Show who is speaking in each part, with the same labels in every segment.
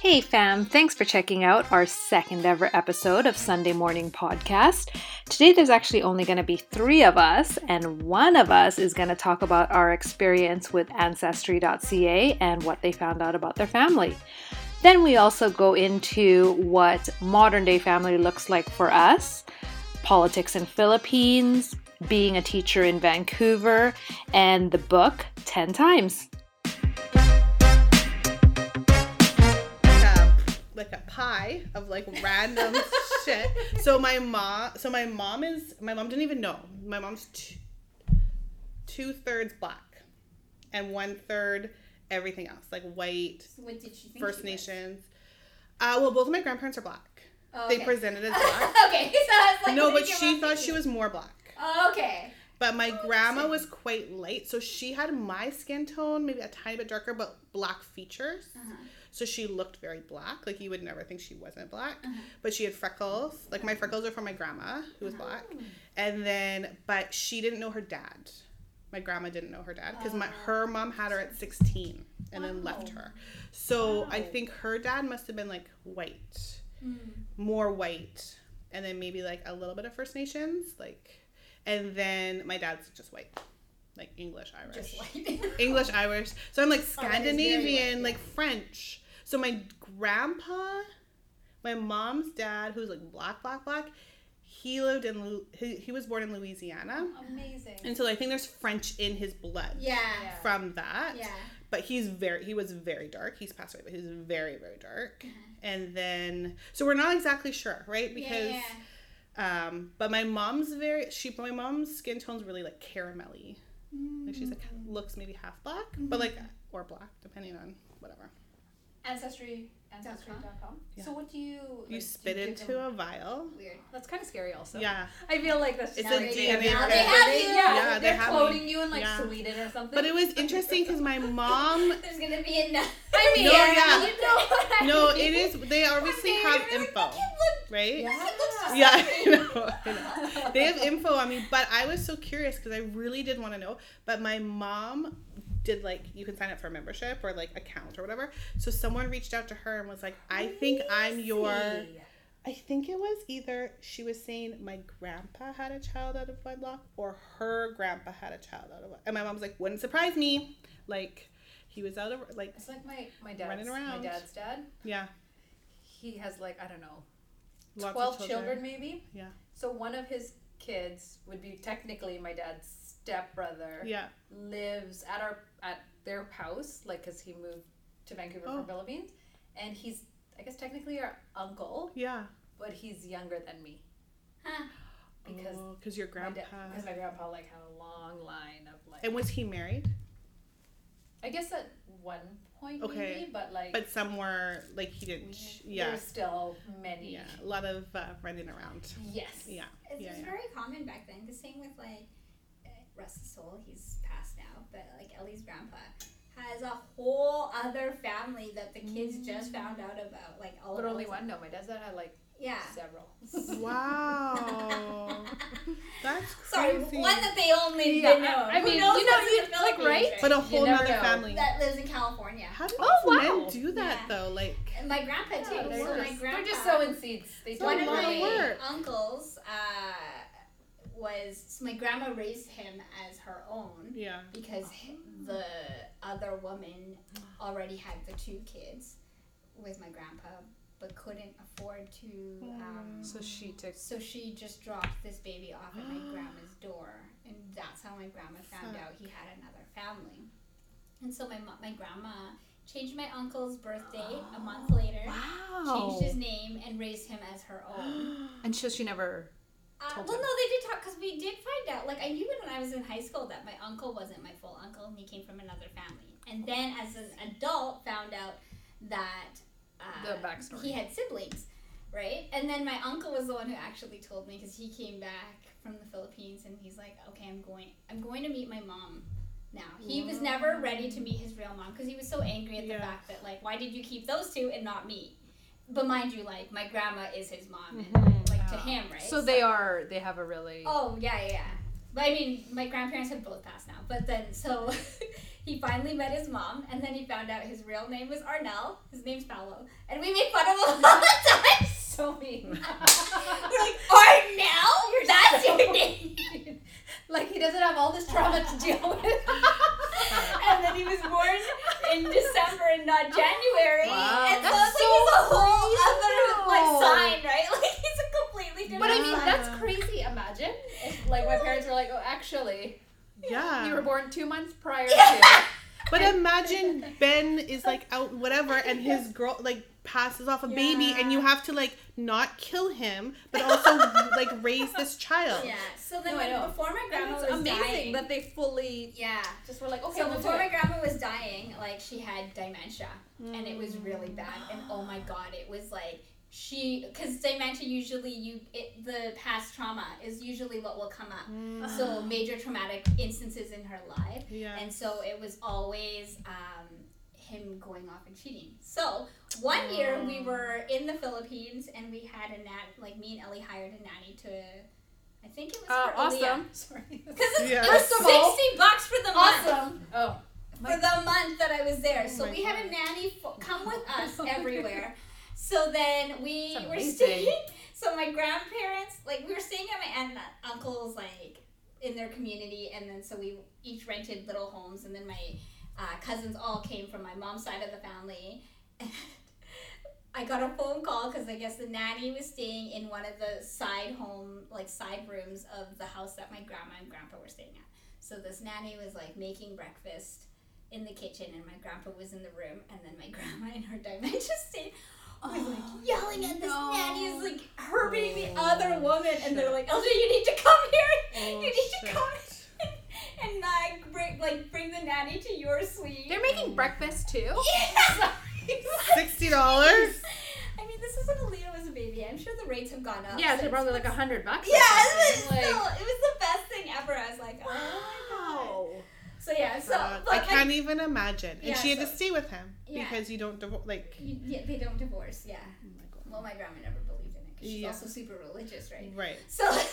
Speaker 1: Hey, fam, thanks for checking out our second ever episode of Sunday Morning Podcast. Today, there's actually only going to be three of us, and one of us is going to talk about our experience with Ancestry.ca and what they found out about their family. Then, we also go into what modern day family looks like for us, politics in Philippines, being a teacher in Vancouver, and the book 10 Times.
Speaker 2: a- like a pie of like random shit. So my mom, so my mom is my mom didn't even know. My mom's t- two thirds black, and one third everything else like white,
Speaker 3: What did she think
Speaker 2: First
Speaker 3: she was?
Speaker 2: Nations. Uh, well, both of my grandparents are black.
Speaker 3: Oh,
Speaker 2: They
Speaker 3: okay.
Speaker 2: presented as black.
Speaker 3: okay, so I was like,
Speaker 2: no,
Speaker 3: what
Speaker 2: but
Speaker 3: did your
Speaker 2: she
Speaker 3: mom
Speaker 2: thought
Speaker 3: think
Speaker 2: she was more black.
Speaker 3: Oh, okay.
Speaker 2: But my grandma was quite light, so she had my skin tone, maybe a tiny bit darker, but black features. So she looked very black. Like you would never think she wasn't black. But she had freckles. Like my freckles are from my grandma, who was black. And then, but she didn't know her dad. My grandma didn't know her dad because my
Speaker 3: Oh.
Speaker 2: her mom had her at 16 and then left her. So I think her dad must have been like white,
Speaker 3: Mm.
Speaker 2: more white, and then maybe like a little bit of First Nations, like, and then my dad's just white, like English Irish.
Speaker 3: Just like
Speaker 2: English, Irish. So I'm like
Speaker 3: Oh, that is very
Speaker 2: Scandinavian,
Speaker 3: white,
Speaker 2: like French. So my grandpa, my mom's dad, who's like black, black, black, he lived in Lu- he, he was born in Louisiana,
Speaker 3: amazing.
Speaker 2: and so I think there's French in his blood
Speaker 3: Yeah.
Speaker 2: from that.
Speaker 3: Yeah.
Speaker 2: But he's very he was very dark. He's passed away, but he was very very dark. And then so we're not exactly sure, right? Because
Speaker 3: yeah,
Speaker 2: um, but my mom's very she my mom's skin tone's really like caramelly. Like she's like looks maybe half black, but like or black depending on whatever.
Speaker 3: yeah. Ancestry. Ancestry.com.
Speaker 4: So what do you
Speaker 2: You spit into a vial.
Speaker 3: Weird.
Speaker 4: That's kind of scary, also.
Speaker 2: Yeah,
Speaker 4: I feel like that's
Speaker 2: It's
Speaker 4: just
Speaker 2: a
Speaker 4: like-
Speaker 2: DNA
Speaker 4: Yeah,
Speaker 2: test.
Speaker 3: Yeah,
Speaker 4: yeah,
Speaker 2: they
Speaker 4: they're
Speaker 2: have me.
Speaker 4: cloning you in like
Speaker 2: Yeah.
Speaker 4: Sweden or something.
Speaker 2: but it was interesting because my mom.
Speaker 3: There's gonna be enough.
Speaker 4: I mean,
Speaker 2: No, yeah.
Speaker 4: you know what I
Speaker 2: No,
Speaker 4: mean.
Speaker 2: it is. They obviously have info, right?
Speaker 4: Yeah.
Speaker 2: Yeah, I know, I know. They have info on me, but I was so curious because I really did want to know. But my mom did like you can sign up for a membership or like account or whatever. So someone reached out to her and was like, "I think I'm your." I think it was either she was saying my grandpa had a child out of wedlock or her grandpa had a child out of wedlock. And my mom was like, "Wouldn't surprise me." Like he was out of like
Speaker 4: It's like my my dad's
Speaker 2: Running around.
Speaker 4: my dad's dad.
Speaker 2: yeah,
Speaker 4: He has like I don't know
Speaker 2: lots of
Speaker 4: twelve children maybe.
Speaker 2: Yeah.
Speaker 4: So one of his kids would be technically my dad's stepbrother.
Speaker 2: Yeah.
Speaker 4: lives at our at their house, like because he moved to Vancouver
Speaker 2: Oh.
Speaker 4: from Philippines, and he's I guess technically our uncle,
Speaker 2: Yeah.
Speaker 4: but he's younger than me
Speaker 3: Huh.
Speaker 4: because
Speaker 2: Oh, 'cause your
Speaker 4: my
Speaker 2: grandpa.
Speaker 4: da- because my grandpa like had a long line of like
Speaker 2: and was he married?
Speaker 4: I guess at one point
Speaker 2: Okay.
Speaker 4: maybe, but like
Speaker 2: But somewhere like he didn't. ch- Yeah.
Speaker 4: there's still many.
Speaker 2: Yeah. A lot of uh, running around.
Speaker 4: Yes.
Speaker 2: Yeah.
Speaker 3: It
Speaker 2: Yeah,
Speaker 3: was
Speaker 2: yeah.
Speaker 3: very common back then. The same with like uh, Rest his soul, he's passed now, but like Ellie's grandpa has a whole other family that the kids just found out about. Like all
Speaker 4: But
Speaker 3: of
Speaker 4: only
Speaker 3: those-
Speaker 4: one. No, my dad's dad had like
Speaker 3: Yeah.
Speaker 4: several.
Speaker 2: Wow. That's
Speaker 3: Sorry,
Speaker 2: crazy.
Speaker 3: one that they only
Speaker 4: Yeah,
Speaker 3: they know.
Speaker 4: I mean,
Speaker 3: Who knows
Speaker 4: you know,
Speaker 3: what's in
Speaker 4: you-
Speaker 3: the
Speaker 4: like,
Speaker 3: Philippines,
Speaker 4: right?
Speaker 2: but a
Speaker 4: You
Speaker 2: whole
Speaker 4: never
Speaker 2: nother
Speaker 4: know.
Speaker 2: family.
Speaker 3: that lives in California.
Speaker 2: How do
Speaker 4: Oh,
Speaker 2: those men
Speaker 4: wow.
Speaker 2: do that
Speaker 3: Yeah.
Speaker 2: though? Like.
Speaker 3: And my grandpa too.
Speaker 4: Yeah,
Speaker 3: so
Speaker 4: they're,
Speaker 3: my
Speaker 4: just,
Speaker 3: grandpa,
Speaker 4: they're just sowing seeds. They
Speaker 2: One
Speaker 3: one
Speaker 4: don't
Speaker 3: of
Speaker 2: lot
Speaker 3: my
Speaker 2: of
Speaker 4: really.
Speaker 2: work.
Speaker 3: uncles uh, was so my grandma raised him as her own.
Speaker 2: Yeah.
Speaker 3: because
Speaker 4: Oh.
Speaker 3: h- the other woman already had the two kids with my grandpa but couldn't afford to um,
Speaker 4: So she took.
Speaker 3: so she just dropped this baby off at my grandma's door and that's how my grandma found out he had another family and so my mo- my grandma changed my uncle's birthday a month later changed his name and raised him as her own
Speaker 4: And so she never.
Speaker 3: Uh,
Speaker 4: told
Speaker 3: well,
Speaker 4: them.
Speaker 3: no, they did talk because we did find out. Like I knew when I was in high school that my uncle wasn't my full uncle and he came from another family. And then as an adult, found out that uh,
Speaker 4: The backstory.
Speaker 3: He had siblings, right? And then my uncle was the one who actually told me because he came back from the Philippines and he's like, "Okay, I'm going. I'm going to meet my mom." Now he was never ready to meet his real mom because he was so angry at the
Speaker 2: Yeah.
Speaker 3: fact that like, why did you keep those two and not me? But mind you, like my grandma is his mom, and like to
Speaker 4: Yeah.
Speaker 3: him, right?
Speaker 4: Mm-hmm. So they are. They have a really.
Speaker 3: Oh yeah, yeah. yeah. But I mean, my grandparents have both passed now. But then, so He finally met his mom, and then he found out his real name was Arnell. His name's Paolo, and we make fun of him all the time.
Speaker 4: So mean.
Speaker 3: We're like Arnell, that's
Speaker 4: so
Speaker 3: your name.
Speaker 4: mean. Like he doesn't have all this trauma to deal with.
Speaker 3: and then he was born in December and not January.
Speaker 1: Wow.
Speaker 3: And so
Speaker 4: That's
Speaker 3: it's like he's a whole other like
Speaker 4: though.
Speaker 3: sign, right? Like he's a completely different.
Speaker 4: But I mean,
Speaker 3: sign.
Speaker 4: that's crazy. Imagine, if, like my parents were like, "Oh, actually,
Speaker 2: Yeah.
Speaker 4: you were born two months prior
Speaker 3: Yeah.
Speaker 4: to."
Speaker 2: But imagine Ben is like out whatever and his girl like passes off a baby and you have to like not kill him but also like raise this child.
Speaker 3: yeah. So then
Speaker 4: No, I
Speaker 3: when,
Speaker 4: know.
Speaker 3: before my
Speaker 4: And
Speaker 3: grandma
Speaker 4: it's
Speaker 3: was
Speaker 4: amazing
Speaker 3: dying,
Speaker 4: that they fully
Speaker 3: yeah.
Speaker 4: just were like, "Okay,
Speaker 3: So
Speaker 4: we'll
Speaker 3: before
Speaker 4: do
Speaker 3: my
Speaker 4: it."
Speaker 3: grandma was dying, like she had dementia, and it was really
Speaker 4: Mm.
Speaker 3: bad. And oh my god, it was like she because dementia usually you it, the past trauma is usually what will come up.
Speaker 4: Mm.
Speaker 3: So major traumatic instances in her life.
Speaker 2: Yeah.
Speaker 3: And so it was always um, him going off and cheating. So one year we
Speaker 4: Mm.
Speaker 3: were in the Philippines and we had a nat like me and Ellie hired a nanny to, I think it was
Speaker 4: Uh,
Speaker 3: for
Speaker 4: awesome. Sorry.
Speaker 3: Because it's
Speaker 2: Yeah.
Speaker 3: it was
Speaker 4: First of all,
Speaker 3: sixty bucks for the month.
Speaker 4: Awesome. Oh.
Speaker 3: For the month that I was there, so
Speaker 2: my
Speaker 3: we had a nanny fo- come with us everywhere. So then we
Speaker 4: Oh That's
Speaker 3: were
Speaker 4: amazing.
Speaker 3: staying. So my grandparents, like we were staying at my aunt and uncle's, like in their community, and then so we each rented little homes, and then my uh, cousins all came from my mom's side of the family. And I got a phone call because I guess the nanny was staying in one of the side home, like side rooms of the house that my grandma and grandpa were staying at. So this nanny was like making breakfast in the kitchen, and my grandpa was in the room, and then my grandma in her dementia state was like
Speaker 2: Oh,
Speaker 3: yelling at this
Speaker 4: no.
Speaker 3: nanny is like hurting the other woman, and they're like, "Elder, you need to come here. you
Speaker 2: Oh,
Speaker 3: need to
Speaker 2: shit.
Speaker 3: come." in And like bring like bring the nanny to your suite.
Speaker 4: They're making breakfast too.
Speaker 3: Yeah.
Speaker 2: Sixty dollars?
Speaker 3: I mean, this is when Alita was a baby. I'm sure the rates have gone up.
Speaker 4: Yeah,
Speaker 3: since,
Speaker 4: they're probably like a
Speaker 3: but-
Speaker 4: hundred bucks. or
Speaker 3: Yeah, it was,
Speaker 4: something,
Speaker 3: still, it was the best thing ever. I was like, oh my god.
Speaker 4: wow.
Speaker 3: So yeah, so but
Speaker 2: I can't even imagine. And
Speaker 3: Yeah,
Speaker 2: she had to
Speaker 3: so-
Speaker 2: stay with him
Speaker 3: Yeah.
Speaker 2: because you don't divorce like
Speaker 3: you, yeah, they don't divorce. Yeah. oh. Well, my grandma never believed in it. 'cause she's
Speaker 2: Yeah. Mm.
Speaker 3: also super religious, right?
Speaker 2: right.
Speaker 3: So so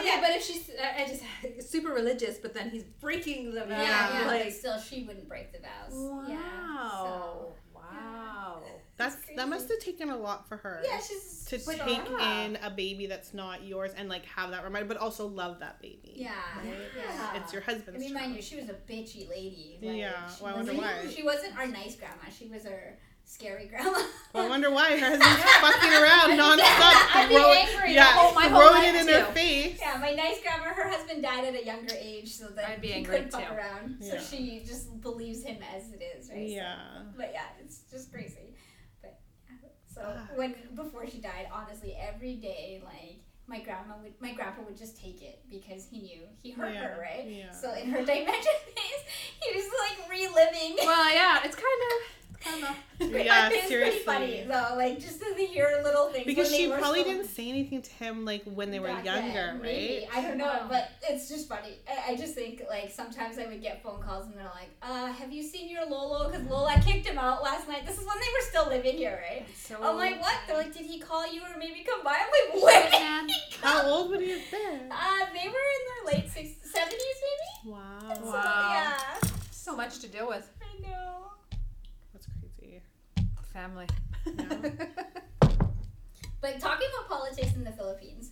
Speaker 4: Okay,
Speaker 3: Oh, yeah,
Speaker 4: but if she's uh, I I just super religious, but then he's breaking the vow.
Speaker 3: yeah, yeah, but
Speaker 4: like
Speaker 3: still she wouldn't break the vows.
Speaker 4: wow,
Speaker 3: Yeah. So.
Speaker 4: wow.
Speaker 2: That's that
Speaker 3: crazy.
Speaker 2: must have taken a lot for her.
Speaker 3: Yeah, she's
Speaker 2: To
Speaker 3: but-
Speaker 2: take
Speaker 4: yeah.
Speaker 2: in a baby that's not yours and like have that reminder, but also love that baby.
Speaker 3: Yeah.
Speaker 4: Yeah.
Speaker 3: Yeah.
Speaker 2: It's your husband's
Speaker 3: I mean, mind
Speaker 2: child.
Speaker 3: you, she was a bitchy lady. Like,
Speaker 2: Yeah,
Speaker 3: she
Speaker 2: well, I wonder
Speaker 3: wasn't-
Speaker 2: why.
Speaker 3: She wasn't our nice grandma. She was our scary grandma.
Speaker 2: Well, I wonder why her husband's fucking around nonstop.
Speaker 4: I'd be
Speaker 2: throw-
Speaker 4: angry the
Speaker 2: yeah,
Speaker 4: whole- my whole
Speaker 2: throwing
Speaker 4: life
Speaker 2: it in
Speaker 4: too.
Speaker 2: her face.
Speaker 3: yeah, my nice grandma. Her husband died at a younger age, so that
Speaker 4: I'd be
Speaker 3: he
Speaker 4: angry
Speaker 3: couldn't fuck
Speaker 4: too.
Speaker 3: around.
Speaker 2: Yeah.
Speaker 3: So she just believes him as it is, right? So-
Speaker 2: Yeah.
Speaker 3: but yeah, it's just crazy. But yeah, so
Speaker 2: Fuck.
Speaker 3: when before she died, honestly, every day like my grandma would, my grandpa would just take it because he knew he hurt
Speaker 2: Yeah,
Speaker 3: her, right?
Speaker 2: yeah.
Speaker 3: So in her dimension phase, he was like reliving.
Speaker 4: Well, yeah, it's kind of kind of.
Speaker 2: Yeah,
Speaker 3: it's pretty
Speaker 2: seriously.
Speaker 3: funny though. Like just to hear little things
Speaker 2: Because
Speaker 3: when they
Speaker 2: she
Speaker 3: were
Speaker 2: probably
Speaker 3: still-
Speaker 2: didn't say anything to him like when they were
Speaker 3: back then,
Speaker 2: younger, right?
Speaker 3: maybe. I don't know,
Speaker 4: Wow.
Speaker 3: but it's just funny. I, I just think like sometimes I would get phone calls and they're like, "Uh, have you seen your Lolo? Because Lola kicked him out last night. This is when they were still living here, right?"
Speaker 4: So
Speaker 3: I'm like, "What?" They're like, "Did he call you or maybe come by?" I'm like, "Where?" did
Speaker 4: Man.
Speaker 3: he come?"
Speaker 2: How old would he have been?
Speaker 3: Uh, they were in their late sixties, seventies, maybe. So,
Speaker 2: Wow.
Speaker 4: Wow.
Speaker 3: yeah,
Speaker 4: so much to deal with.
Speaker 3: I know.
Speaker 2: That's crazy.
Speaker 4: Family.
Speaker 3: But talking about politics in the Philippines,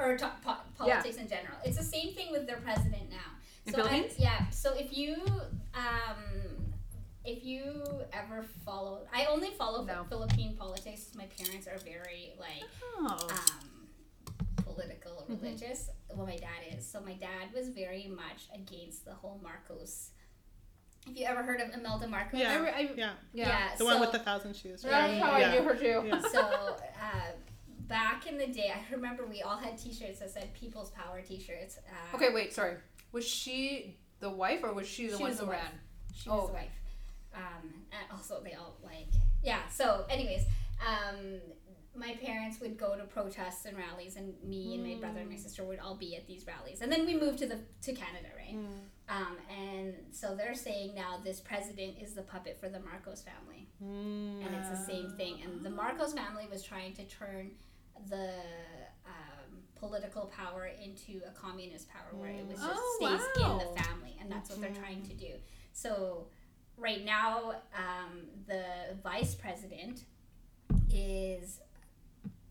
Speaker 3: or to- po- politics in general, it's the same thing with their president now.
Speaker 4: The
Speaker 3: so I,
Speaker 4: Philippines?
Speaker 3: yeah. So if you, um, if you ever follow, I only follow
Speaker 4: No.
Speaker 3: Philippine politics. My parents are very like
Speaker 4: oh. Mm-hmm.
Speaker 3: um, political, religious. Well, my dad is. So my dad was very much against the whole Marcos. If you ever heard of Imelda Marcos,
Speaker 2: Yeah.
Speaker 4: I, re- I, yeah.
Speaker 2: Yeah.
Speaker 4: yeah.
Speaker 2: The one with
Speaker 3: so-
Speaker 2: the thousand shoes,
Speaker 4: That's
Speaker 2: right?
Speaker 4: how
Speaker 2: yeah.
Speaker 4: I knew her too.
Speaker 2: Yeah.
Speaker 3: so uh, back in the day, I remember we all had T-shirts that said "People's Power" T-shirts. Uh,
Speaker 4: Okay, wait, sorry. Was she the wife or was she the
Speaker 3: She
Speaker 4: one
Speaker 3: was
Speaker 4: who
Speaker 3: the wife.
Speaker 4: ran?
Speaker 3: she
Speaker 4: Oh.
Speaker 3: was the wife. Um, and also they all like yeah. So, anyways, um, my parents would go to protests and rallies, and me and my brother and
Speaker 4: Mm.
Speaker 3: my sister would all be at these rallies. And then we moved to the to Canada, right?
Speaker 4: Mm.
Speaker 3: Um, and so they're saying now this president is the puppet for the Marcos family
Speaker 2: Mm.
Speaker 3: and it's the same thing. And the Marcos family was trying to turn the um, political power into a communist power where it was just
Speaker 4: Oh,
Speaker 3: stays in
Speaker 4: wow. Mm-hmm.
Speaker 3: the family, and that's what they're trying to do. So right now, um, the vice president is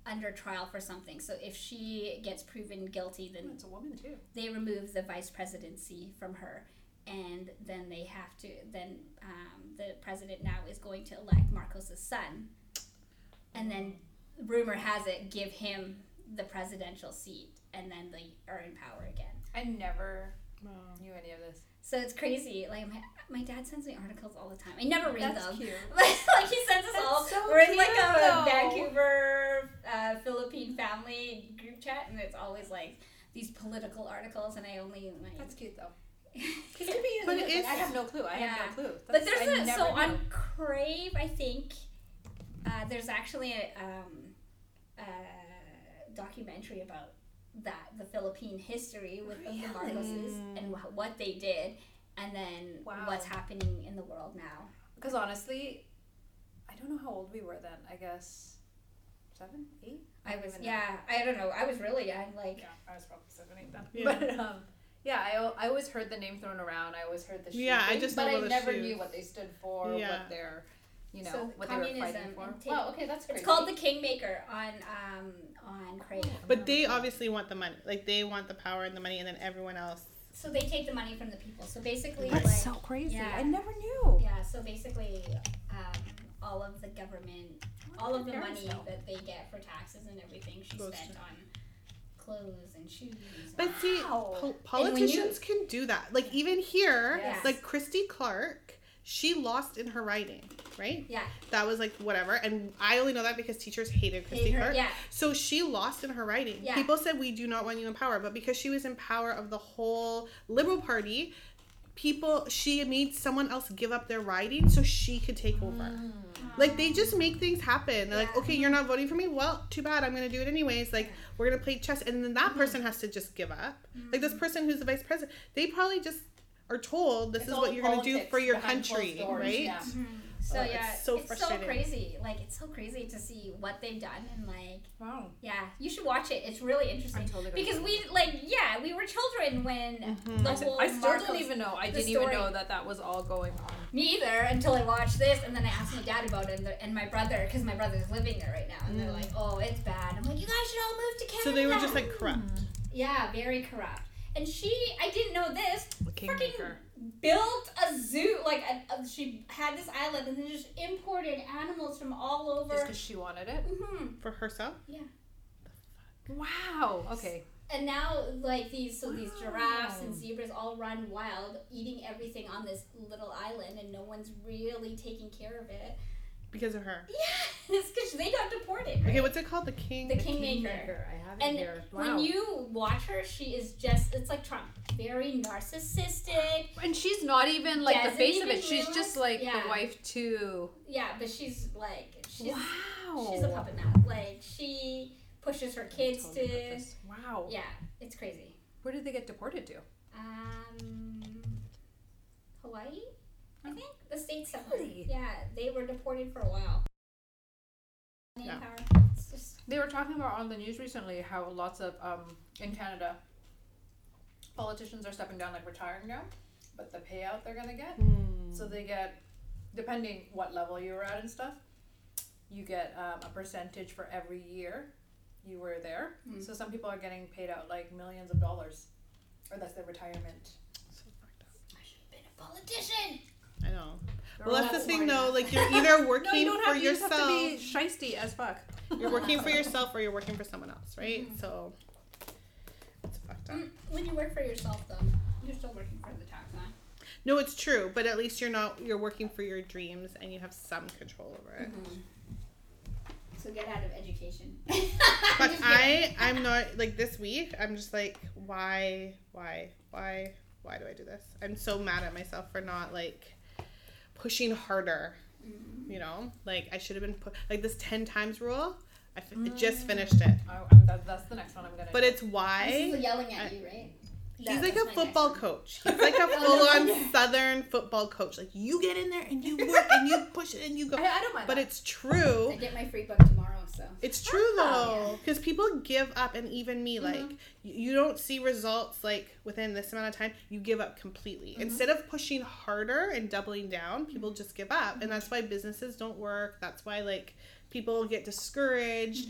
Speaker 3: under trial for something. So if she gets proven guilty, then
Speaker 4: It's a woman too.
Speaker 3: they remove the vice presidency from her and then they have to then um, the president now is going to elect marcos's son and then rumor has it give him the presidential seat and then they are in power again
Speaker 4: I never knew any of this.
Speaker 3: so it's crazy like my, my dad sends me articles all the time i never read
Speaker 4: That's
Speaker 3: them
Speaker 4: cute.
Speaker 3: like he sends us
Speaker 4: That's
Speaker 3: all
Speaker 4: so
Speaker 3: we're in like
Speaker 4: cute,
Speaker 3: a
Speaker 4: though.
Speaker 3: vancouver uh, philippine family group chat and it's always like these political articles and i only like
Speaker 4: That's cute though.
Speaker 3: It's
Speaker 4: to be
Speaker 2: But it is-
Speaker 4: I have no clue. I
Speaker 3: Yeah.
Speaker 4: have no clue.
Speaker 3: But
Speaker 4: That's-
Speaker 3: there's
Speaker 4: I
Speaker 3: a
Speaker 4: never
Speaker 3: so
Speaker 4: knew.
Speaker 3: on Crave, I think uh, there's actually a, um, a documentary about that the Philippine history with the Marcoses and wh- what they did, and then
Speaker 4: Wow.
Speaker 3: what's happening in the world now.
Speaker 4: Because honestly, I don't know how old we were then. I guess seven, eight.
Speaker 3: I
Speaker 4: don't
Speaker 3: was
Speaker 4: even know.
Speaker 3: yeah, I don't know. I was really young, like
Speaker 4: Yeah, I was probably seven, eight then.
Speaker 2: Yeah.
Speaker 4: But um, yeah, I, al- I always heard the name thrown around. I always heard the shoe
Speaker 2: Yeah, I
Speaker 4: thing,
Speaker 2: just
Speaker 4: but
Speaker 2: know
Speaker 4: I
Speaker 2: about the
Speaker 4: never
Speaker 2: shoes.
Speaker 4: knew what they stood for.
Speaker 2: Yeah.
Speaker 4: What their, you know,
Speaker 3: So
Speaker 4: what they were
Speaker 3: communism
Speaker 4: fighting for.
Speaker 3: and take-
Speaker 4: wow, okay, that's crazy.
Speaker 3: it's called the Kingmaker on um, on Crave.
Speaker 2: But they obviously want the money. Like they want the power and the money, and then everyone else.
Speaker 3: So they take the money from the people. So basically,
Speaker 1: That's
Speaker 3: like,
Speaker 1: so crazy.
Speaker 3: yeah.
Speaker 1: I never knew.
Speaker 3: Yeah, so basically, um, all of the government, all of the
Speaker 4: Very
Speaker 3: money
Speaker 4: so.
Speaker 3: that they get for taxes and everything, she
Speaker 2: Goes
Speaker 3: spent
Speaker 2: to-
Speaker 3: on clothes and shoes.
Speaker 2: But see,
Speaker 4: Wow.
Speaker 2: po-
Speaker 3: And when you-
Speaker 2: politicians can do that. Like even here,
Speaker 4: Yes.
Speaker 2: like Christy Clark, she lost in her writing, right?
Speaker 3: yeah,
Speaker 2: That was like whatever, and I only know that because teachers hated Christy
Speaker 3: they
Speaker 2: Clark.
Speaker 3: heard, yeah,
Speaker 2: So she lost in her writing.
Speaker 3: Yeah.
Speaker 2: People said we do not want you in power, but because she was in power of the whole Liberal Party, people she made someone else give up their riding so she could take over.
Speaker 4: Mm.
Speaker 2: Like they just make things happen. They're like,
Speaker 3: Yeah.
Speaker 2: okay, you're not voting for me. Well, too bad. I'm gonna do it anyways. Like we're gonna play chess, and then that
Speaker 4: Mm-hmm.
Speaker 2: person has to just give up. Like this person who's the vice president, they probably just are told this
Speaker 4: It's
Speaker 2: is
Speaker 4: all
Speaker 2: what you're gonna do
Speaker 4: politics
Speaker 2: for your
Speaker 4: behind closed
Speaker 2: country,
Speaker 4: doors,
Speaker 2: right?
Speaker 4: yeah.
Speaker 3: so
Speaker 2: Oh, it's
Speaker 3: yeah,
Speaker 2: so
Speaker 3: it's so
Speaker 2: frustrating.
Speaker 3: crazy. Like it's so crazy to see what they've done and like,
Speaker 4: wow.
Speaker 3: yeah, you should watch it. It's really interesting
Speaker 4: I'm totally gonna Mm-hmm.
Speaker 3: because
Speaker 4: do
Speaker 3: we like, yeah, we were children when the
Speaker 4: I
Speaker 3: whole
Speaker 4: still
Speaker 3: Marcos-
Speaker 4: don't even know. I
Speaker 3: the
Speaker 4: didn't
Speaker 3: story.
Speaker 4: even know that that was all going on.
Speaker 3: Me either until I watched this, and then I asked my dad about it, and, the, and my brother, because my brother's living there right now, and they're like, "Oh, it's bad." I'm like, "You guys should all move to Canada."
Speaker 2: Mm. So they were just like corrupt.
Speaker 3: yeah, very corrupt. And she, I didn't know this, freaking
Speaker 4: Kingmaker.
Speaker 3: built a zoo. Like a, a, she had this island, and then just imported animals from all
Speaker 4: Just
Speaker 3: over.
Speaker 4: because she wanted it.
Speaker 3: hmm
Speaker 2: for herself.
Speaker 4: Wow. Okay.
Speaker 3: And now, like these, so these giraffes and
Speaker 4: Wow.
Speaker 3: zebras all run wild, eating everything on this little island, and no one's really taking care of it.
Speaker 2: Because of her.
Speaker 3: Yeah, it's because they got deported.
Speaker 2: Okay,
Speaker 3: right?
Speaker 2: what's it called? The king.
Speaker 3: The kingmaker.
Speaker 4: I have it
Speaker 3: And
Speaker 4: here. Wow.
Speaker 3: When you watch her, she is just, it's like Trump. Very narcissistic.
Speaker 4: and she's not even like the
Speaker 3: Doesn't
Speaker 4: face of
Speaker 3: even
Speaker 4: it. She's
Speaker 3: realize-
Speaker 4: just like
Speaker 3: yeah.
Speaker 4: the wife to.
Speaker 3: Yeah, but she's like, she's,
Speaker 4: wow.
Speaker 3: she's a puppet now. Like, she pushes her kids
Speaker 4: Totally got
Speaker 3: to.
Speaker 4: this. Wow.
Speaker 3: Yeah, it's crazy.
Speaker 4: Where did they get deported to?
Speaker 3: Um, Hawaii? I
Speaker 4: Oh.
Speaker 3: think the states somewhere.
Speaker 4: Really?
Speaker 3: Yeah, they were deported for a while.
Speaker 2: Yeah.
Speaker 3: It's just,
Speaker 4: They were talking about on the news recently how lots of um in Canada politicians are stepping down, like retiring now, but the payout they're gonna get.
Speaker 2: Hmm.
Speaker 4: So they get, depending what level you were at and stuff, you get um, a percentage for every year you were there.
Speaker 3: Mm.
Speaker 4: So some people are getting paid out like millions of dollars, or that's their retirement.
Speaker 2: So fucked up.
Speaker 3: I should have been a politician.
Speaker 2: I know.
Speaker 4: They're
Speaker 2: Well, that's
Speaker 4: all
Speaker 2: the thing
Speaker 4: smart
Speaker 2: though.
Speaker 4: enough.
Speaker 2: Like you're either
Speaker 4: no,
Speaker 2: working
Speaker 4: you don't
Speaker 2: for
Speaker 4: have, you just
Speaker 2: yourself,
Speaker 4: have to be shisty as fuck.
Speaker 2: you're working for yourself, or you're working for someone else, right?
Speaker 4: Mm-hmm.
Speaker 2: So it's fucked up.
Speaker 3: Mm, When you work for yourself, though, you're still working for the tax man.
Speaker 2: No, it's true, but at least you're not. You're working for your dreams, and you have some control over
Speaker 4: Mm-hmm.
Speaker 2: it.
Speaker 3: So get out of education.
Speaker 2: But I, I'm not like this week. I'm just like, why, why, why, why do I do this? I'm so mad at myself for not like pushing harder. You know, like I should have been pu- like this ten times rule. I fi- just finished it,
Speaker 4: Oh, I'm, that, that's the next one I'm gonna.
Speaker 2: but
Speaker 4: do.
Speaker 2: it's why.
Speaker 3: This is yelling at
Speaker 2: I-
Speaker 3: you, right?
Speaker 2: He's like a football coach. He's like a
Speaker 3: Oh,
Speaker 2: full
Speaker 3: that's my
Speaker 2: on Southern football coach. Like you get in there and you work and you push it and you go.
Speaker 4: I, I don't mind.
Speaker 2: But
Speaker 4: that.
Speaker 2: it's true.
Speaker 3: I get my free book tomorrow, so.
Speaker 2: It's true
Speaker 3: Ah.
Speaker 2: though, because people give up, and even me, like y- you don't see results like within this amount of time. You give up completely instead of pushing harder and doubling down. People just give up, and that's why businesses don't work. That's why like people get discouraged.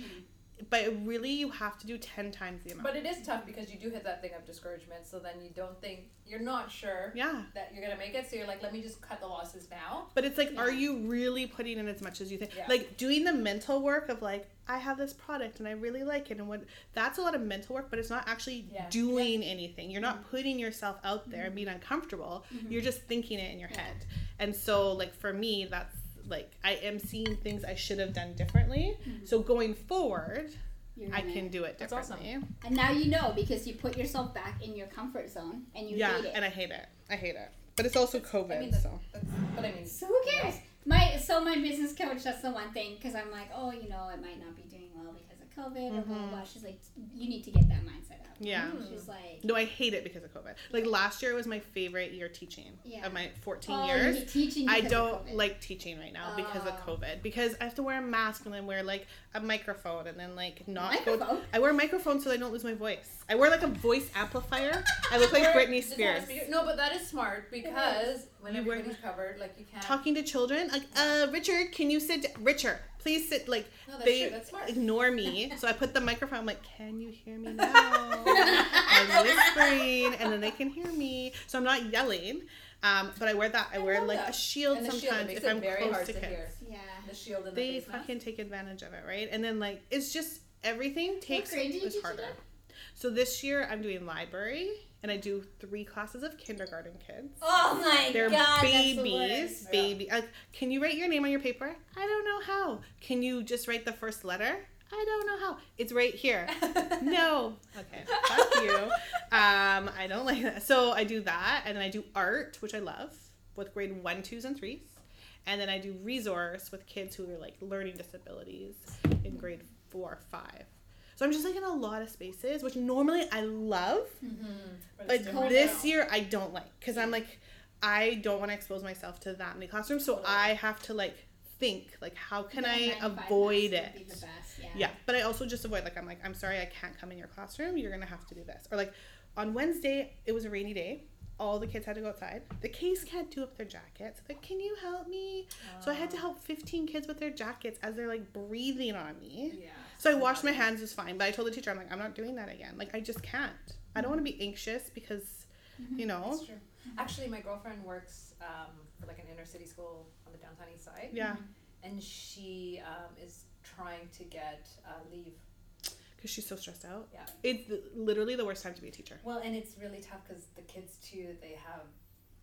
Speaker 2: But really, you have to do ten times the amount.
Speaker 4: But it is tough because you do hit that thing of discouragement. So then you don't think you're not sure
Speaker 2: yeah.
Speaker 4: that you're gonna make it. So you're like, let me just cut the losses now.
Speaker 2: But it's like, are you really putting in as much as you think?
Speaker 4: Yeah.
Speaker 2: Like doing the mental work of like, I have this product and I really like it, and what that's a lot of mental work, but it's not actually
Speaker 4: Yeah. Mm-hmm.
Speaker 2: doing anything. You're not putting yourself out there and being uncomfortable. You're just thinking it in your head. And so, like for me, that's like I am seeing things I should have done differently. So going forward,
Speaker 3: You're
Speaker 2: I
Speaker 3: gonna-
Speaker 2: can do it
Speaker 4: Mm-hmm. That's awesome.
Speaker 2: differently.
Speaker 3: And now you know because you put yourself back in your comfort zone and you
Speaker 2: Yeah,
Speaker 3: hate it.
Speaker 2: and I hate it. I hate it. But it's also COVID,
Speaker 4: I mean,
Speaker 2: so
Speaker 4: that's, but I mean,
Speaker 3: So who cares? My so my business coach. That's the one thing because I'm like, oh, you know, it might not be doing well because of COVID. Or blah, blah blah. She's like, you need to get that mindset up.
Speaker 2: Mm-hmm. yeah.
Speaker 3: She's like,
Speaker 2: No, I hate it because of COVID. Like last year was my favorite year teaching
Speaker 3: Yeah.
Speaker 2: of my 14
Speaker 3: oh, you
Speaker 2: years.
Speaker 3: need teaching.
Speaker 2: I
Speaker 3: because of
Speaker 2: don't
Speaker 3: COVID.
Speaker 2: like teaching right now because of
Speaker 4: Oh.
Speaker 2: COVID because I have to wear a mask and then wear like a microphone and then like not go.
Speaker 3: Microphone?
Speaker 2: I wear a microphone so I don't lose my voice. I wear like a voice amplifier. I look like
Speaker 4: Or
Speaker 2: Britney
Speaker 4: just have a
Speaker 2: Spears.
Speaker 4: speaker- No, but that is smart because when
Speaker 2: You wear-
Speaker 4: everybody's covered, like you can't.
Speaker 2: Talking to children, like, uh, Richard, can you sit? d- Richard, please sit. Like,
Speaker 4: No, that's
Speaker 2: they
Speaker 4: true. That's smart.
Speaker 2: ignore me, so I put the microphone. I'm like, can you hear me now? I'm whispering, and then they can hear me. So I'm not yelling. Um, but I wear that. I, wear
Speaker 4: love
Speaker 2: like a
Speaker 4: that.
Speaker 2: shield
Speaker 4: and the
Speaker 2: sometimes
Speaker 4: shield it makes
Speaker 2: if
Speaker 4: it
Speaker 2: I'm
Speaker 4: very
Speaker 2: close
Speaker 4: hard
Speaker 2: to
Speaker 4: to,
Speaker 2: kids.
Speaker 4: hear.
Speaker 3: Yeah.
Speaker 4: The shield and
Speaker 2: They
Speaker 4: the face mask.
Speaker 2: fucking take advantage of it, right? And then like it's just everything takes
Speaker 3: grade did you
Speaker 2: is
Speaker 3: teach
Speaker 2: harder.
Speaker 3: again?
Speaker 2: So this year I'm doing library and I do three classes of kindergarten kids.
Speaker 3: Oh my
Speaker 2: They're
Speaker 3: god,
Speaker 2: babies,
Speaker 4: Yeah.
Speaker 2: baby. Uh, can you write your name on your paper? I don't know how. Can you just write the first letter? I don't know how. It's right here. no. Okay. Fuck you. Um, I don't like that. So I do that, and then I do art, which I love, with grade one, twos, and threes, and then I do resource with kids who are like learning disabilities in grade four, five. So I'm just like in a lot of spaces, which normally I love,
Speaker 4: But
Speaker 2: but
Speaker 4: it's different
Speaker 2: this
Speaker 4: now.
Speaker 2: year I don't like because I'm like I don't want to expose myself to that many classrooms, so
Speaker 4: Totally.
Speaker 2: I have to like think like how can I
Speaker 3: Nine to five
Speaker 2: avoid
Speaker 3: maths would
Speaker 2: it?
Speaker 3: Be the best. Yeah.
Speaker 2: Yeah, but I also just avoid like I'm like I'm sorry I can't come in your classroom. You're gonna have to do this. Or like on Wednesday it was a rainy day. All the kids had to go outside. The kids can't do up their jackets. Like, can you help me? So I had
Speaker 3: Oh.
Speaker 2: to help 15 kids with their jackets as they're like breathing on me.
Speaker 4: Yeah.
Speaker 2: So I washed my hands, it was fine. But I told the teacher, I'm like, I'm not doing that again. Like, I just can't. I don't want to be anxious because,
Speaker 3: Mm-hmm.
Speaker 2: you know,
Speaker 4: That's true. Actually, my girlfriend works um, for like an inner city school on the downtown east side,
Speaker 2: yeah,
Speaker 4: and she um, is trying to get uh, leave.
Speaker 3: Mm-hmm.
Speaker 2: because she's so stressed out.
Speaker 4: Yeah.
Speaker 2: It's literally the worst time to be a teacher.
Speaker 4: Well, and it's really tough because the kids too, they have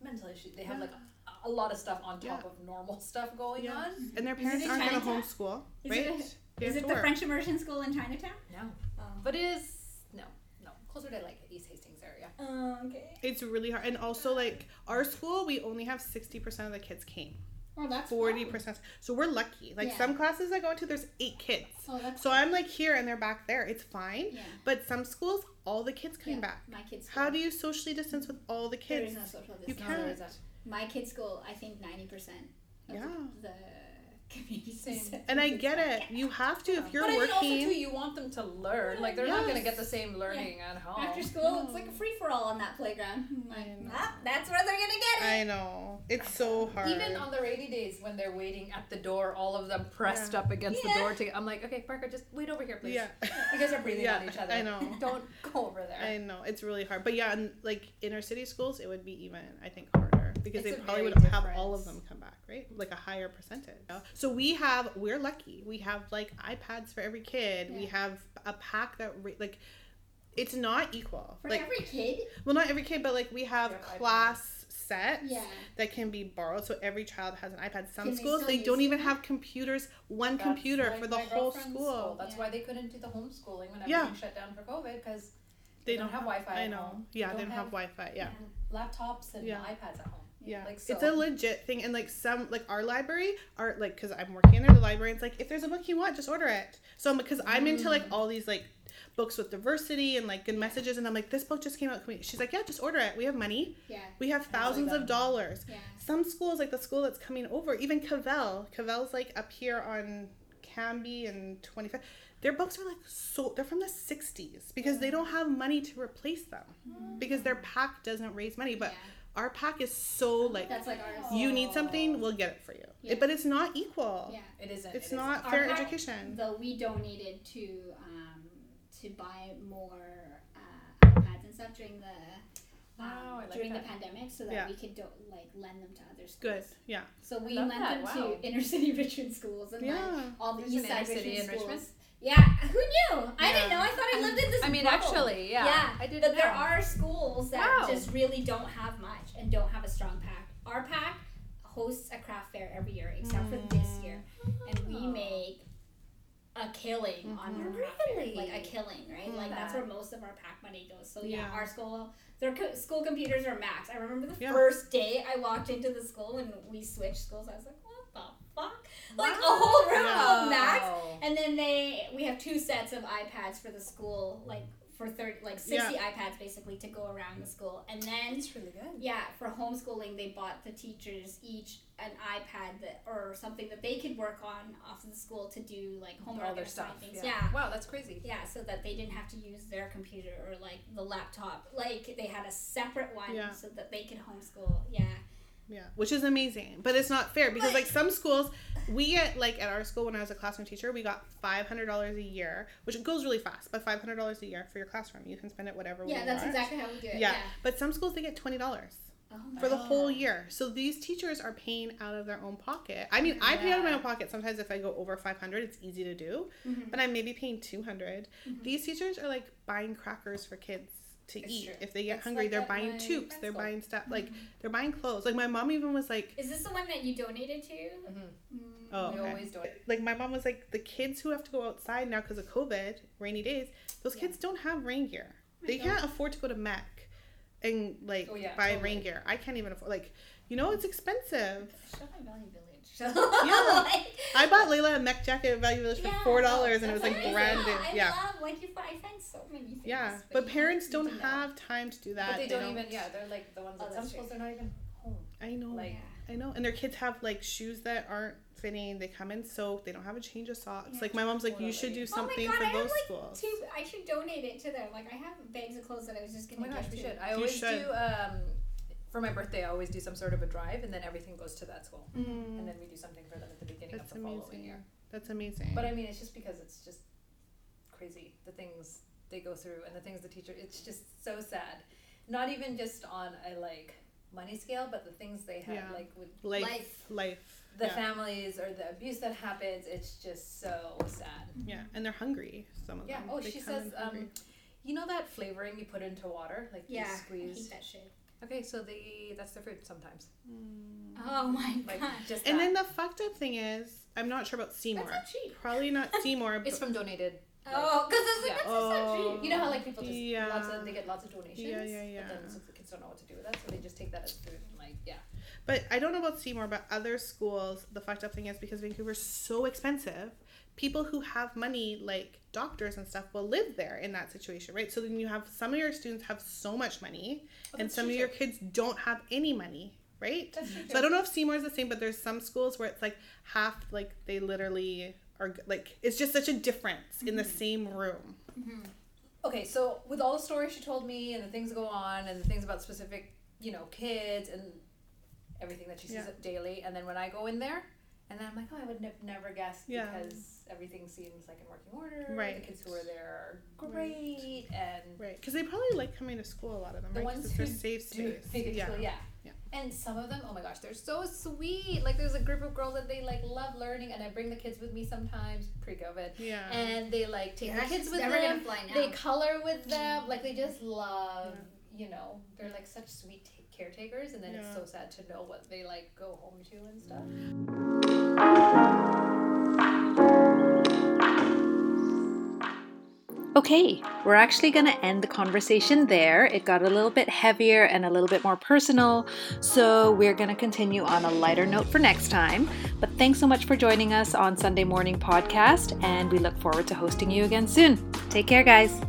Speaker 4: mental issues. They have like a, a lot of stuff on top
Speaker 2: Yeah.
Speaker 4: of normal stuff going
Speaker 2: Yeah.
Speaker 4: on.
Speaker 2: And their
Speaker 3: it
Speaker 2: parents
Speaker 3: in
Speaker 2: aren't going to
Speaker 3: Chinatown?
Speaker 2: homeschool,
Speaker 3: Is
Speaker 2: right?
Speaker 3: it-
Speaker 2: They
Speaker 3: Is
Speaker 2: have
Speaker 3: it
Speaker 2: to
Speaker 3: the
Speaker 2: work.
Speaker 3: French immersion school in Chinatown?
Speaker 4: No,
Speaker 3: Oh.
Speaker 4: but it is no, no closer to like East Hastings area.
Speaker 3: Oh, okay.
Speaker 2: It's really hard. And also, like, our school, we only have 60% of the kids came.
Speaker 3: Well, Oh, that's fine.
Speaker 2: 40%. So we're lucky. Like,
Speaker 3: Yeah.
Speaker 2: some classes I go into, there's eight kids.
Speaker 3: Oh, that's
Speaker 2: So
Speaker 3: fine.
Speaker 2: I'm like here and they're back there. It's fine.
Speaker 3: Yeah.
Speaker 2: But some schools, all the kids coming
Speaker 3: Yeah,
Speaker 2: back.
Speaker 3: My kids.
Speaker 2: How
Speaker 3: go.
Speaker 2: do you socially distance with all the
Speaker 3: There
Speaker 2: kids?
Speaker 3: is no social
Speaker 2: You
Speaker 3: distance.
Speaker 4: No, there
Speaker 2: can't.
Speaker 4: isn't.
Speaker 3: My kids' school, I think ninety percent of
Speaker 2: Yeah.
Speaker 3: the, the community
Speaker 4: Same.
Speaker 3: center
Speaker 2: And I
Speaker 3: is
Speaker 2: get
Speaker 3: like,
Speaker 2: it. You have to if you're
Speaker 4: but I mean, also
Speaker 2: working.
Speaker 4: too, you want them to learn. Like they're not going to
Speaker 2: Yes.
Speaker 4: get the same learning at home.
Speaker 3: After school, it's
Speaker 4: Oh.
Speaker 3: like a free for all on that playground. I'm like,
Speaker 2: I know.
Speaker 3: "Ah, that's where they're gonna get it.
Speaker 2: I know. It's so hard.
Speaker 4: Even on the rainy days when they're waiting at the door, all of them pressed
Speaker 2: Yeah.
Speaker 4: up against
Speaker 3: Yeah.
Speaker 4: the door. To I'm like, okay, Parker, just wait over here, please.
Speaker 2: Yeah.
Speaker 4: You guys are breathing
Speaker 2: Yeah,
Speaker 4: on each other.
Speaker 2: I know.
Speaker 4: Don't go over there.
Speaker 2: I know. It's really hard. But yeah, in like inner city schools, it would be even, I think, harder because
Speaker 4: It's
Speaker 2: they
Speaker 4: a
Speaker 2: probably
Speaker 4: very
Speaker 2: would have all
Speaker 4: different-
Speaker 2: of them come back, right? Like a higher percentage. So we have, we're lucky. We have like iPads for every kid. We
Speaker 3: Yeah.
Speaker 2: have a pack that, re- like, it's not equal.
Speaker 3: For
Speaker 2: like,
Speaker 3: every kid,
Speaker 2: well, not every kid, but like we have
Speaker 4: Yeah, iPads.
Speaker 2: class sets.
Speaker 3: yeah.
Speaker 2: that can be borrowed. So every child has an iPad. Some
Speaker 3: Can they
Speaker 2: schools
Speaker 3: still
Speaker 2: they
Speaker 3: use
Speaker 2: don't
Speaker 3: it?
Speaker 2: even have computers. One
Speaker 4: That's
Speaker 2: computer
Speaker 4: like
Speaker 2: for the
Speaker 4: my
Speaker 2: whole
Speaker 4: girlfriend's
Speaker 2: school.
Speaker 4: That's
Speaker 3: Yeah.
Speaker 4: why they couldn't do the homeschooling when
Speaker 2: Yeah.
Speaker 4: everything shut down for COVID because
Speaker 2: They, don't, have
Speaker 4: Wi-Fi.
Speaker 2: I
Speaker 4: at
Speaker 2: know.
Speaker 4: home.
Speaker 2: Yeah,
Speaker 4: They
Speaker 2: they
Speaker 4: don't
Speaker 2: don't have Wi-Fi. Yeah.
Speaker 4: laptops and
Speaker 2: Yeah.
Speaker 4: iPads at home.
Speaker 2: Yeah,
Speaker 4: Like, so-
Speaker 2: it's a legit thing, and like some like our library are like because I'm working there, the library. It's like if there's a book you want, just order it. So because I'm into like
Speaker 4: Mm.
Speaker 2: all these like books with diversity and like good messages, and I'm like this book just came out. Can we-" She's like, yeah, just order it. We have money.
Speaker 3: Yeah.
Speaker 2: We have
Speaker 4: like
Speaker 2: thousands
Speaker 4: that.
Speaker 2: of dollars.
Speaker 3: Yeah.
Speaker 2: Some schools like the school that's coming over, even Cavell. Cavell's like up here on Canby and 25. Their books are like so they're from the 60s because they don't have money to replace them because their pack doesn't raise money, but our pack is so like
Speaker 3: That's like ours.
Speaker 2: you need something, we'll get it for you.
Speaker 3: Yeah.
Speaker 2: But it's not equal.
Speaker 3: Yeah.
Speaker 4: It isn't.
Speaker 2: It's
Speaker 4: it isn't.
Speaker 2: not
Speaker 3: Our
Speaker 2: fair
Speaker 3: pack-
Speaker 2: education.
Speaker 3: Though we donated to um, to buy more uh, iPads and stuff during the um,
Speaker 4: Wow, I like
Speaker 3: during
Speaker 4: that.
Speaker 3: the pandemic, so that
Speaker 2: Yeah.
Speaker 3: we could do- like lend them to other schools.
Speaker 2: Good. Yeah.
Speaker 3: So we
Speaker 4: Love
Speaker 3: lent
Speaker 4: that,
Speaker 3: them
Speaker 4: wow.
Speaker 3: to inner city Richmond schools and like
Speaker 2: Yeah.
Speaker 3: all the
Speaker 4: There's
Speaker 3: east
Speaker 4: an
Speaker 3: side
Speaker 4: inner city
Speaker 3: Richmond
Speaker 4: in
Speaker 3: schools.
Speaker 4: Richmond?
Speaker 3: Yeah, who knew? I
Speaker 2: Yeah.
Speaker 3: didn't know. I thought I lived in this.
Speaker 4: I mean,
Speaker 3: bubble.
Speaker 4: actually, yeah. I didn't
Speaker 3: but there
Speaker 4: know.
Speaker 3: are schools that
Speaker 4: Wow.
Speaker 3: just really don't have much and don't have a strong pack. Our pack hosts a craft fair every year, except for this year, and we
Speaker 4: Mm. Oh. Mm-hmm.
Speaker 3: make a killing on our craft
Speaker 4: Really?
Speaker 3: fair, like a killing, right?
Speaker 2: Mm.
Speaker 3: Like that's
Speaker 4: That-
Speaker 3: where most of our pack money goes. So yeah,
Speaker 2: Yeah.
Speaker 3: our school. Their co- school computers are maxed. I remember the
Speaker 2: Yeah.
Speaker 3: first day I walked into the school and we switched schools. I was like, "What the fuck?" Like a whole room of Macs
Speaker 4: Wow.
Speaker 3: and then they we have two sets of iPads for the school, like for thirty, like sixty iPads basically to go around the school. And then
Speaker 4: It's really good.
Speaker 3: yeah, for homeschooling, they bought the teachers each an iPad that, or something that they could work on off of the school to do like homework
Speaker 4: All
Speaker 3: and
Speaker 4: their
Speaker 3: assign
Speaker 4: stuff.
Speaker 3: things.
Speaker 4: Yeah.
Speaker 3: Yeah.
Speaker 4: Wow, that's crazy.
Speaker 3: Yeah, so that they didn't have to use their computer or like the laptop. Like they had a separate one
Speaker 2: Yeah.
Speaker 3: so that they could homeschool. Yeah.
Speaker 2: Yeah, which is amazing, but it's not fair because
Speaker 3: But-
Speaker 2: like some schools, we get like at our school when I was a classroom teacher, we got five hundred dollars a year, which goes really fast. But five hundred dollars a year for your classroom, you can spend it whatever. way
Speaker 3: Yeah,
Speaker 2: you
Speaker 3: that's
Speaker 2: want.
Speaker 3: exactly how we do it.
Speaker 2: Yeah.
Speaker 3: Yeah.
Speaker 2: but some schools they get twenty dollars
Speaker 3: Oh
Speaker 2: for the
Speaker 4: Wow.
Speaker 2: whole year. So these teachers are paying out of their own pocket. I mean, I pay out of my own pocket sometimes if I go over five hundred. It's easy to do,
Speaker 3: Mhm.
Speaker 2: but I'm maybe paying two These teachers are like buying crackers for kids. To
Speaker 4: It's
Speaker 2: eat.
Speaker 4: true.
Speaker 2: If they get
Speaker 3: Mm-hmm. It's
Speaker 2: hungry,
Speaker 3: like
Speaker 2: they're
Speaker 3: at
Speaker 2: buying
Speaker 3: my Mm-hmm.
Speaker 2: tubes, they're
Speaker 4: friend's
Speaker 2: buying stuff, like they're buying clothes. Like my mom even was like,
Speaker 3: Is this the one that you donated to? Mm.
Speaker 2: Oh,
Speaker 4: we
Speaker 2: okay.
Speaker 4: always do it.
Speaker 2: like my mom was like the kids who have to go outside now because of covid rainy days those
Speaker 3: Yeah.
Speaker 2: kids don't have rain gear they
Speaker 3: don't.
Speaker 2: can't afford to go to mac and like
Speaker 4: Oh, yeah,
Speaker 2: buy
Speaker 4: totally.
Speaker 2: rain gear i can't even afford like you know it's expensive
Speaker 3: Shut my Valley Village. Like-
Speaker 2: i bought layla a mech jacket at value village for
Speaker 3: Yeah,
Speaker 2: four dollars and it was like
Speaker 3: that's amazing.
Speaker 2: branded
Speaker 3: I
Speaker 2: yeah
Speaker 3: love, like you find, I find so many things.
Speaker 2: yeah
Speaker 3: but
Speaker 2: but
Speaker 3: you
Speaker 2: parents
Speaker 3: need
Speaker 2: don't
Speaker 3: to know.
Speaker 2: have time to do that
Speaker 4: But they don't even. Yeah, they're like the ones.
Speaker 3: Oh,
Speaker 4: that some
Speaker 3: that's
Speaker 4: schools
Speaker 3: true.
Speaker 4: are not even home.
Speaker 2: i know
Speaker 4: like-
Speaker 3: Yeah.
Speaker 2: i know and their kids have like shoes that aren't fitting they come in soaked they don't have a change of socks
Speaker 3: Yeah,
Speaker 2: like my mom's like you should
Speaker 4: totally.
Speaker 2: do
Speaker 3: Oh my
Speaker 2: something
Speaker 3: God, I
Speaker 2: for
Speaker 3: have,
Speaker 2: those
Speaker 3: like,
Speaker 2: schools
Speaker 3: Too, I should donate it to them. Like I have bags of clothes that I was just
Speaker 4: Oh
Speaker 3: gonna
Speaker 4: my gosh,
Speaker 3: give
Speaker 4: we
Speaker 3: to.
Speaker 4: should. I always
Speaker 2: should.
Speaker 4: do. Um, for my birthday, I always do some sort of a drive, and then everything goes to that school,
Speaker 2: Mm,
Speaker 4: and then we do something for them at the beginning
Speaker 2: that's
Speaker 4: of the following
Speaker 2: amazing
Speaker 4: year.
Speaker 2: that's amazing
Speaker 4: But I mean, it's just because it's just crazy the things they go through and the things the teacher. It's just so sad. Not even just on a like money scale, but the things they have
Speaker 2: Yeah.
Speaker 4: like with
Speaker 2: life,
Speaker 3: Life.
Speaker 2: life,
Speaker 4: the
Speaker 2: yeah.
Speaker 4: families or the abuse that happens. It's just so sad.
Speaker 2: yeah, and they're hungry. Some of
Speaker 4: Yeah.
Speaker 2: them.
Speaker 4: Oh,
Speaker 2: Mm-hmm. They
Speaker 4: she
Speaker 2: come in
Speaker 4: says, um,
Speaker 2: hungry.
Speaker 4: you know that flavoring you put into water, like
Speaker 3: Yeah,
Speaker 4: you
Speaker 3: I hate
Speaker 4: squeeze.
Speaker 3: that shit.
Speaker 4: Okay, so they that's their food sometimes.
Speaker 2: Mm.
Speaker 3: Oh my
Speaker 4: Like
Speaker 3: god.
Speaker 4: just
Speaker 2: and
Speaker 4: that.
Speaker 2: then the fucked up thing is, I'm not sure about Seymour.
Speaker 3: That's not cheap.
Speaker 2: Probably not Seymour.
Speaker 4: it's
Speaker 2: but
Speaker 4: from donated.
Speaker 3: Oh, because it's like
Speaker 4: Yeah.
Speaker 3: that's just not
Speaker 2: Oh.
Speaker 3: cheap.
Speaker 4: You know how like people just
Speaker 2: Yeah.
Speaker 4: lots of they get lots of donations.
Speaker 2: Yeah, yeah,
Speaker 4: But then
Speaker 2: yeah.
Speaker 4: so the kids don't know what to do with that, so they just take that as food and like yeah.
Speaker 2: but I don't know about Seymour, but other schools, the fucked up thing is because Vancouver's so expensive. People who have money, like doctors and stuff, will live there in that situation, right? So then you have some of your students have so much money, and
Speaker 4: that's
Speaker 2: some of
Speaker 4: true,
Speaker 2: your kids don't have any money, right?
Speaker 4: That's true.
Speaker 2: So I don't know if Seymour's the same, but there's some schools where it's like half, like they literally are g- like it's just such a difference in
Speaker 4: Mm-hmm.
Speaker 2: the same room.
Speaker 4: Okay, so with all the stories she told me and the things that go on and the things about specific, you know, kids and everything that she sees
Speaker 2: Yeah.
Speaker 4: daily, and then when I go in there, and then I'm like, oh, I would have never guessed
Speaker 2: Yeah.
Speaker 4: because everything seems like in working order.
Speaker 2: Right.
Speaker 4: The kids who are there are
Speaker 2: Right.
Speaker 4: great, and
Speaker 2: Right, because they probably like coming to school a lot of them,
Speaker 4: The
Speaker 2: right? 'Cause
Speaker 4: ones
Speaker 2: it's their
Speaker 4: who
Speaker 2: safe
Speaker 4: do
Speaker 2: space.
Speaker 4: think it's
Speaker 2: yeah.
Speaker 4: cool, yeah.
Speaker 2: Yeah.
Speaker 4: And some of them, oh my gosh, they're so sweet. Like there's a group of girls that they like love learning, and I bring the kids with me sometimes pre-COVID,
Speaker 2: Yeah.
Speaker 4: and they like take
Speaker 3: Yeah,
Speaker 4: the
Speaker 3: that
Speaker 4: kids
Speaker 3: shit's
Speaker 4: with
Speaker 3: never gonna
Speaker 4: them.
Speaker 3: fly now.
Speaker 4: They color with them. Like they just love, you know, they're like such sweet ta caretakers, and then it's
Speaker 2: Yeah.
Speaker 4: so sad to know what they like go home to and stuff.
Speaker 1: Okay, we're actually going to end the conversation there. It got a little bit heavier and a little bit more personal, so we're going to continue on a lighter note for next time. But thanks so much for joining us on Sunday Morning Podcast, and we look forward to hosting you again soon. Take care, guys.